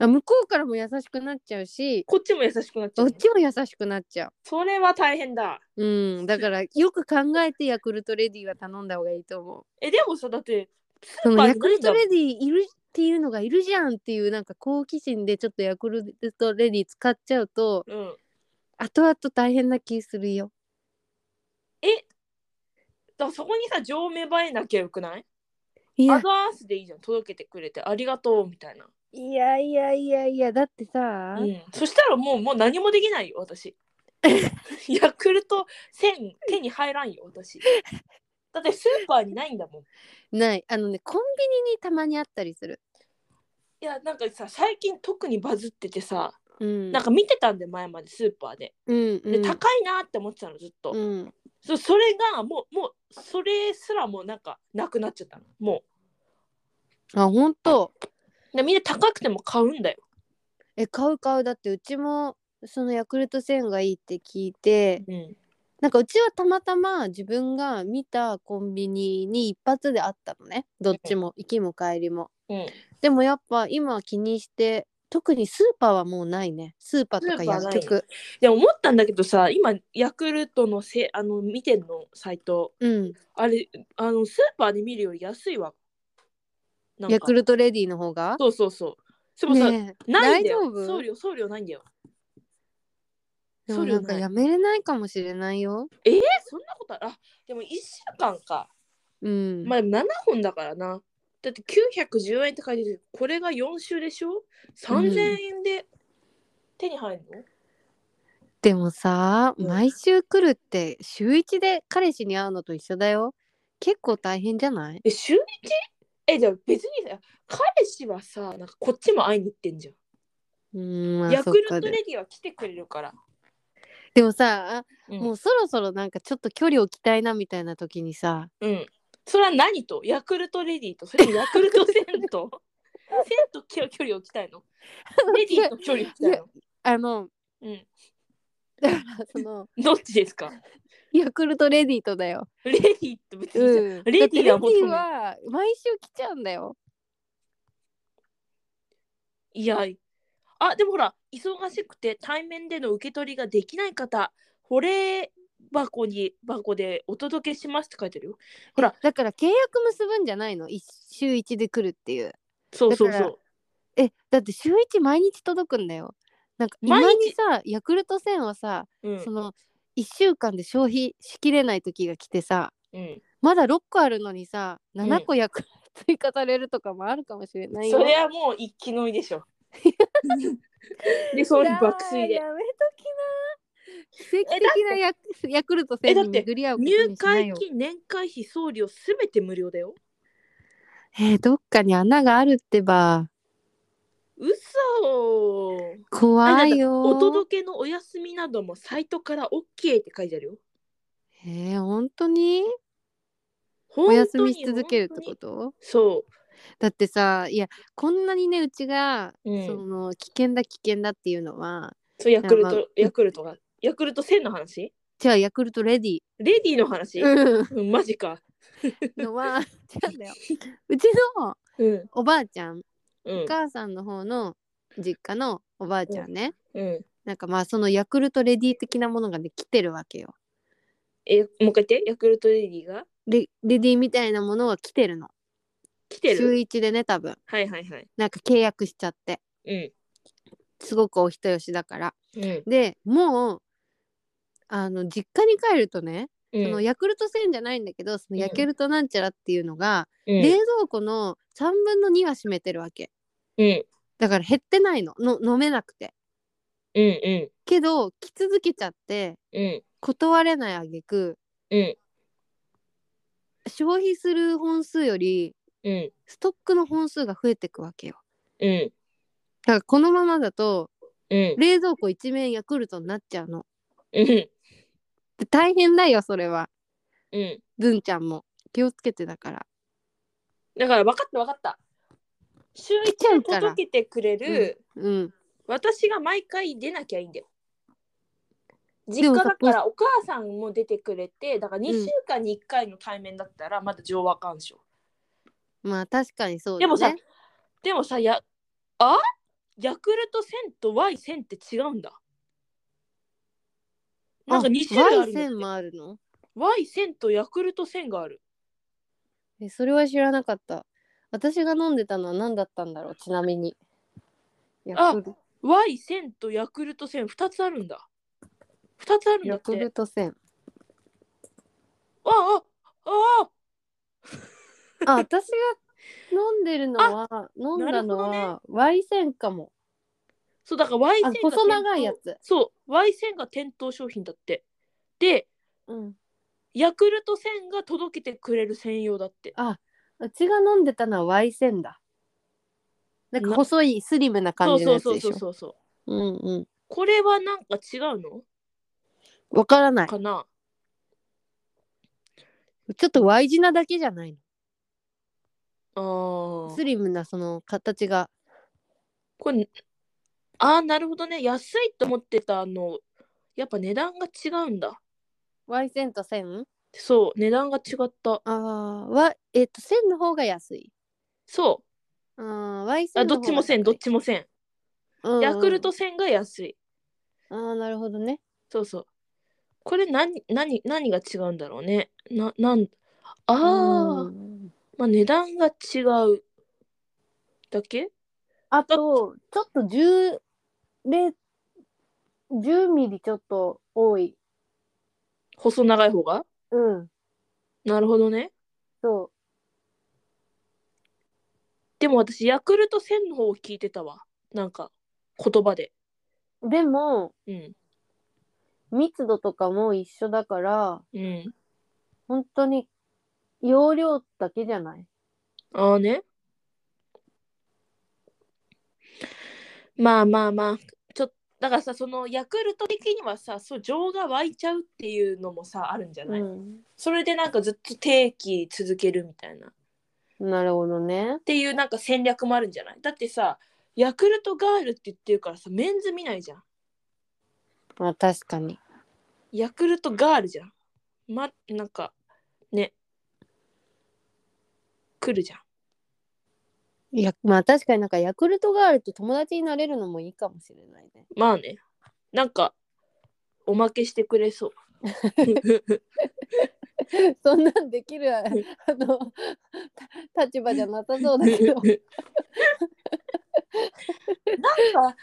S1: あ向こうからも優しくなっちゃうし
S2: こっちも優しくなっちゃ
S1: ど
S2: う
S1: っ
S2: の
S1: ちも優しくなっちゃ
S2: それは大変だ
S1: ううんだからよく考えてヤクルトレディは頼んだ方がいいと思う
S2: えでもさだって
S1: そ
S2: ま
S1: の
S2: あ
S1: ヤクルトレディいるっていうのがいるじゃんっていうなんか好奇心でちょっとヤクルトレディ使っちゃうと
S2: うん
S1: 後々大変な気するよ
S2: だからそこにさ情芽生えなきゃよくない
S1: い
S2: ア
S1: や
S2: ザースでいいじゃん届けてくれてありがとうみたいな、
S1: いやいやいやいやだってさ、
S2: うん、そしたらもうもう何もできないよ 私ヤクルト1000手に入らんよ私だってスーパーにないんだもん
S1: ないあのねコンビニにたまにあったりする
S2: いやなんかさ最近特にバズっててさ、
S1: うん
S2: なんか見てたんで前までスーパーで
S1: うんうん
S2: で高いなって思ってたのずっと、
S1: うん
S2: そそれがもうもうそれすらもうなんかなくなっちゃったのも
S1: あ本当
S2: うでみんな高くても買うんだよ、
S1: え買う買うだってうちもそのヤクルト1000がいいって聞いて
S2: うん、
S1: なんかうちはたまたま自分が見たコンビニに一発であったのねどっちも行きも帰りも
S2: うん、
S1: でもやっぱ今気にして特にスーパーはもうないねスーパーとか
S2: スーパー
S1: 薬
S2: ない
S1: 局
S2: でも思ったんだけどさ今ヤクルトのせあの見てんのサイト
S1: うん
S2: あれあのスーパーで見るより安いわなんか
S1: ヤクルトレディの方が
S2: そうそうそうでもさ、
S1: ねえ
S2: ない
S1: 大
S2: んだ
S1: 丈
S2: よ
S1: 夫
S2: 送料送料ないんだよ
S1: でも
S2: 送
S1: な
S2: 料
S1: んか
S2: ない
S1: やめれないかもしれないよ
S2: えそんなことあるあでも1週間か
S1: うん、
S2: まあでも7本だからなだって910円って書いてるこれが4週でしょ3000円で手に入るの、
S1: でもさ、
S2: うん
S1: 毎週来るって週一で彼氏に会うのと一緒だよ結構大変じゃない
S2: え週 1? えじゃあ別にさ彼氏はさなんかこっちも会いに行ってんじゃん、
S1: うーんまあ
S2: ヤ
S1: そ
S2: ク
S1: っ
S2: ル
S1: か
S2: ト
S1: で
S2: レディは来てくれるから、
S1: でもさあ
S2: うん、
S1: もうそろそろなんかちょっと距離置きたいなみたいな時にさ
S2: うん。それは何とヤクルトレディとそれともヤクルトセント セントきょ距離を置きたいのレディと距離を置きたいの
S1: あの
S2: うん。
S1: だから その
S2: どっちですか
S1: ヤクルトレディとだよ、
S2: レディと別にじゃん、
S1: うん、
S2: レディーは
S1: だってレデ
S2: もうそ
S1: ィ
S2: う
S1: ーは毎週来ちゃうんだよ
S2: いや。あ、でもほら、忙しくて対面での受け取りができない方、保冷箱に箱でお届けしますって書いてるよ。ほら、
S1: だから契約結ぶんじゃないの一週一で来るっていう
S2: そうそう
S1: だ
S2: そ
S1: か
S2: う。
S1: えだって週一毎日届くんだよなんか今
S2: 毎日
S1: にさヤクルト1000はさ
S2: うん
S1: その1週間で消費しきれない時が来てさ
S2: うん、
S1: まだ6個あるのにさ
S2: ん
S1: 7個役 追加されるとかもあるかもしれないよ。
S2: それはもう一気のいで しょ。で、その日爆睡
S1: い
S2: で
S1: や。ーやめときな。奇跡的なヤク ヤクルト
S2: え
S1: 1000
S2: だっ
S1: に
S2: て
S1: 巡り合うこと
S2: 入
S1: にしない
S2: 会
S1: よ。
S2: 金年会費送料すべて無料だよ
S1: えーどっかに穴があるってば
S2: 嘘
S1: 怖いよ。
S2: お届けのお休みなどもサイトから OK って書いてあるよ
S1: えー、本当に
S2: 本
S1: お
S2: 当に
S1: 休みし続けるって
S2: 本
S1: こ
S2: 当に
S1: と
S2: そ
S1: だってさいやこんなにねうちが、
S2: うん
S1: その危険だ危険だっていうのは
S2: うそうヤクル
S1: まあ
S2: トヤクルトがヤクルト1000の話
S1: じゃあヤクルトレディ。
S2: レディの話、
S1: うん
S2: うんマジか
S1: の は違うんだようちの
S2: うん
S1: おばあちゃん、
S2: う
S1: お
S2: ん
S1: 母さんの方の実家のおばあちゃんね、
S2: うん
S1: なんかまあそのヤクルトレディ的なものができてるわけよ
S2: えもう一回言ってヤクルトレディが
S1: レレディみたいなものは来てるの
S2: 来て
S1: 週
S2: る
S1: 一でね多分
S2: はいはいはい
S1: なんか契約しちゃって
S2: う
S1: すごくお人よしだから
S2: んうん
S1: でもうあの実家に帰るとね、
S2: うん
S1: そのヤクルト1000じゃないんだけどそのヤクルトなんちゃらっていうのが、
S2: うん
S1: 冷蔵庫の3分の2は占めてるわけ
S2: うん
S1: だから減ってないのの飲めなくて
S2: うんうん
S1: けど来続けちゃって
S2: うん
S1: 断れないあげく
S2: うん
S1: 消費する本数より
S2: うん
S1: ストックの本数が増えてくわけよ
S2: うん
S1: だからこのままだと
S2: うん
S1: 冷蔵庫一面ヤクルトになっちゃうの
S2: うん
S1: で大変だよそれは
S2: うん
S1: ずんちゃんも気をつけてだから
S2: だから分かった分かった。週一で届けてくれる、
S1: うん
S2: 私が毎回出なきゃいいんだよ。実
S1: でも
S2: 家
S1: さ
S2: だからお母さんも出てくれてだから2週間に1回の対面だったらまだ上和干渉。
S1: まあ確かにそうだ
S2: で
S1: ね
S2: もさでもさやあヤクルト1000と Y1000 って違うんだ。なんか2種類あるんだって
S1: あ Y1000 もあるの
S2: Y1000 とヤクルト1000がある。
S1: えそれは知らなかった私が飲んでたのは何だったんだろうちなみにヤクル
S2: Y1000 とヤクルト1000 2つあるんだ。2つあるんだ
S1: ヤ
S2: っ
S1: クル
S2: て。
S1: ト1000
S2: あああ
S1: あ私が飲んでるのは飲んだの
S2: な
S1: は Y1000 かも
S2: そうだから Y1000
S1: あ
S2: が
S1: 細長いや
S2: 店
S1: つ
S2: 頭。そう Y1000 が店頭商品だって。で
S1: うん
S2: ヤクルト1000が届けてくれる専用だって。
S1: うちが飲んでたのは Y1000 だなんか
S2: な
S1: 細いスリムな
S2: そ
S1: 感
S2: う
S1: じの
S2: そう
S1: やつ
S2: そう
S1: でし
S2: そう
S1: ょ
S2: そうそう。
S1: うんうん
S2: これはなんか違うの
S1: わからない
S2: かな
S1: ちょっと Y 字なだけじゃない
S2: あ
S1: の
S2: ー
S1: スリムなその形が
S2: これあーなるほどね安いと思ってたあのやっぱ値段が違うんだ
S1: Y1000 と1000
S2: そう値段が違った
S1: あーはえっ、と1000の方が安い
S2: そ
S1: あー Y1000
S2: うあどっちも1000どっ
S1: ち、
S2: ちも1000、
S1: うんうん
S2: ヤクルト1000が安い
S1: ああなるほどね
S2: そうそうこれ何何何が違うんだろうねななんあー、
S1: うん
S2: まあ値段が違うだけ
S1: あとちょっと10で10ミリちょっと多い
S2: 細長い方が
S1: うん
S2: なるほどね
S1: そ
S2: でも私ヤクルト1000の方を聞いてたわなんか言葉で
S1: うでも
S2: うん
S1: 密度とかも一緒だから
S2: うん
S1: 本当に容量だけじゃない
S2: ああね。まあまあまあ、ちょっと、だからさ、そのヤクルト的にはさ、そう、情が湧いちゃうっていうのもさ、あるんじゃない、
S1: うん
S2: それでなんかずっと定期続けるみたいな。っ
S1: なるほどね
S2: ていうなんか戦略もあるんじゃないだってさ、ヤクルトガールって言ってるからさ、メンズ見ないじゃん。
S1: まあ確かに
S2: ヤクルトガールじゃん。ま、なんか、ね。来るじゃん。
S1: いやまあ確かになんかヤクルトガールと友達になれるのもいいかもしれないね
S2: まあね。なんか、おまけしてくれ そう。
S1: そんなんできるあのた立場じゃなさそうだけど
S2: なんかなん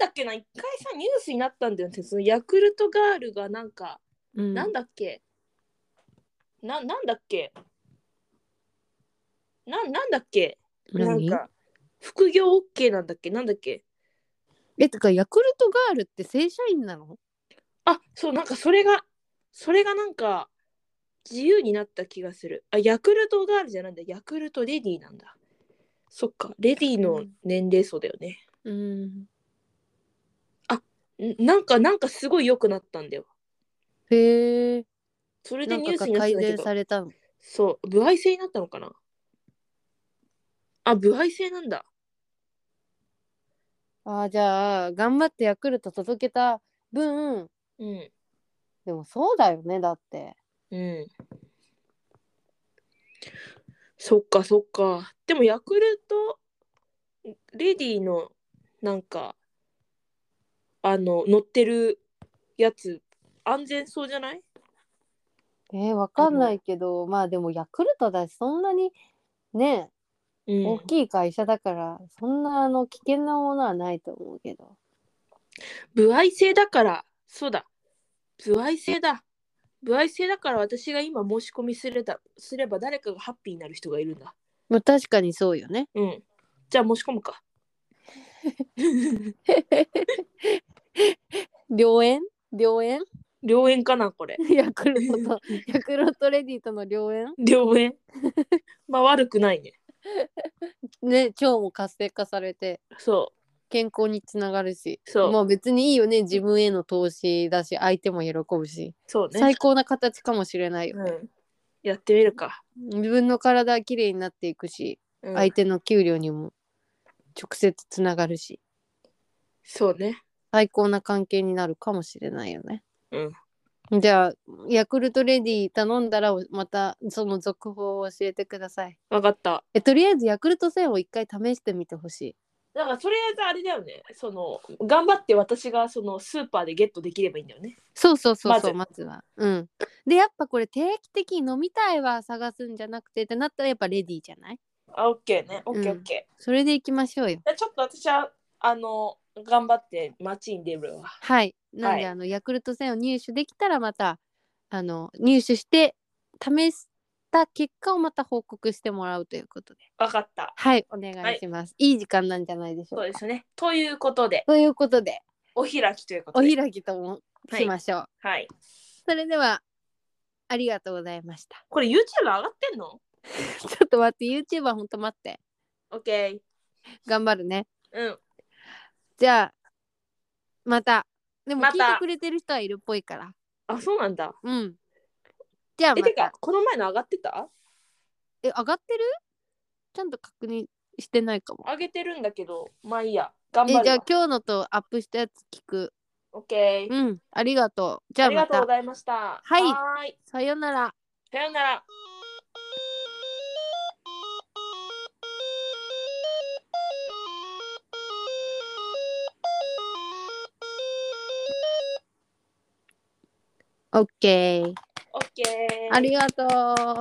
S2: だっけな一回さニュースになったんだよねそのヤクルトガールがなんか、
S1: うん
S2: なんだっけななんだっけななんだっけなん
S1: 何
S2: か副業 OK なんだっけなんだっけ
S1: えてかヤクルトガールって正社員なの
S2: あそうなんかそれがそれがなんか自由になった気がするあヤクルトガールじゃないんだヤクルトレディなんだそっかレディの年齢層だよね、
S1: うん
S2: んなんかなんかすごい良くなったんだよ
S1: へえ
S2: それで
S1: なん
S2: ニュー
S1: か
S2: スになって
S1: 改
S2: たんだけ
S1: 善
S2: ど
S1: されたの
S2: そう、歩合制になったのかなあ、歩合制なんだ。
S1: あーじゃあ頑張ってヤクルト届けた分
S2: うん。
S1: でもそうだよねだって
S2: うん。そっかそっか。でもヤクルトレディのなんか、あの、乗ってるやつ、安全そうじゃない
S1: えー、わかんないけどまあでもヤクルトだしそんなにね
S2: う
S1: 大
S2: ん。
S1: きい会社だからそんなあの危険なものはないと思うけど
S2: 歩合制だから、そうだ。歩合制だ。歩合制だから私が今申し込みすれだすれば誰かがハッピーになる人がいるんだ。
S1: まあ確かにそうよね
S2: うん。じゃあ申し込むか。
S1: 良縁良縁
S2: 良縁かな、これ。
S1: ヤクルト とヤクルトレディとの良縁
S2: 良縁まあ悪くないね。
S1: ね腸も活性化されて
S2: そ
S1: 健康につながるし
S2: う。そう。
S1: まあ別にいいよね自分への投資だし相手も喜ぶし、
S2: そうね。
S1: 最高な形かもしれないよ
S2: う
S1: ね、
S2: ん。やってみるか。
S1: 自分の体は綺麗になっていくし、
S2: うん、
S1: 相手の給料にも直接つながるし
S2: そうね。
S1: 最高な関係になるかもしれないよね。
S2: うん。
S1: じゃあヤクルトレディ頼んだらまたその続報を教えてください。
S2: わかった。
S1: えとりあえずヤクルト1000を一回試してみてほしい。
S2: だからとりあえずあれだよね。その頑張って私がそのスーパーでゲットできればいいんだよね。
S1: そうそうそうそうま
S2: ま
S1: ずは。うん。でやっぱこれ定期的に飲みたいわ探すんじゃなくてってなったらやっぱレディじゃない
S2: あ、オッケーね。オッケー、
S1: うん
S2: オッケ
S1: それでいきましょうよ。
S2: ー。ちょっと私はあの頑張って街に出るわ。
S1: はい。なんで、
S2: はい
S1: あのヤクルト1000を入手できたらまたあの入手して試した結果をまた報告してもらうということで。
S2: わかった。
S1: はい、お願いします。い、い時間なんじゃないでしょう
S2: そう
S1: か。
S2: ですね。ということで、
S1: ということで、
S2: お開きというこ
S1: お
S2: とで。
S1: 開きともしましょう。
S2: はい。
S1: それでは、ありがとうございました。
S2: これ YouTube 上がってんの
S1: ちょっと待って、YouTuber ほんと待って。
S2: オッケ
S1: 頑張るね。
S2: ー。うん。
S1: じゃあ、また。でも
S2: ま
S1: 聞い
S2: た
S1: てくれてる人はいるっぽいから。
S2: あ、そうなんだ。
S1: うん。じゃあ
S2: え、
S1: ま
S2: てか
S1: た。、
S2: この前の上がってた
S1: え、上がってるちゃんと確認してないかも。
S2: 上げてるんだけど、まあいいや。頑張る
S1: え、
S2: わ。
S1: じゃあ今日のとアップしたやつ聞く。
S2: オッケー。
S1: うん、ありがとう。じゃあ
S2: あり
S1: ま
S2: がと
S1: た
S2: うご。ざいました。
S1: はい
S2: はーい。
S1: さよなら。
S2: さようなら。
S1: オッケー。
S2: オッケー。
S1: ありがとう。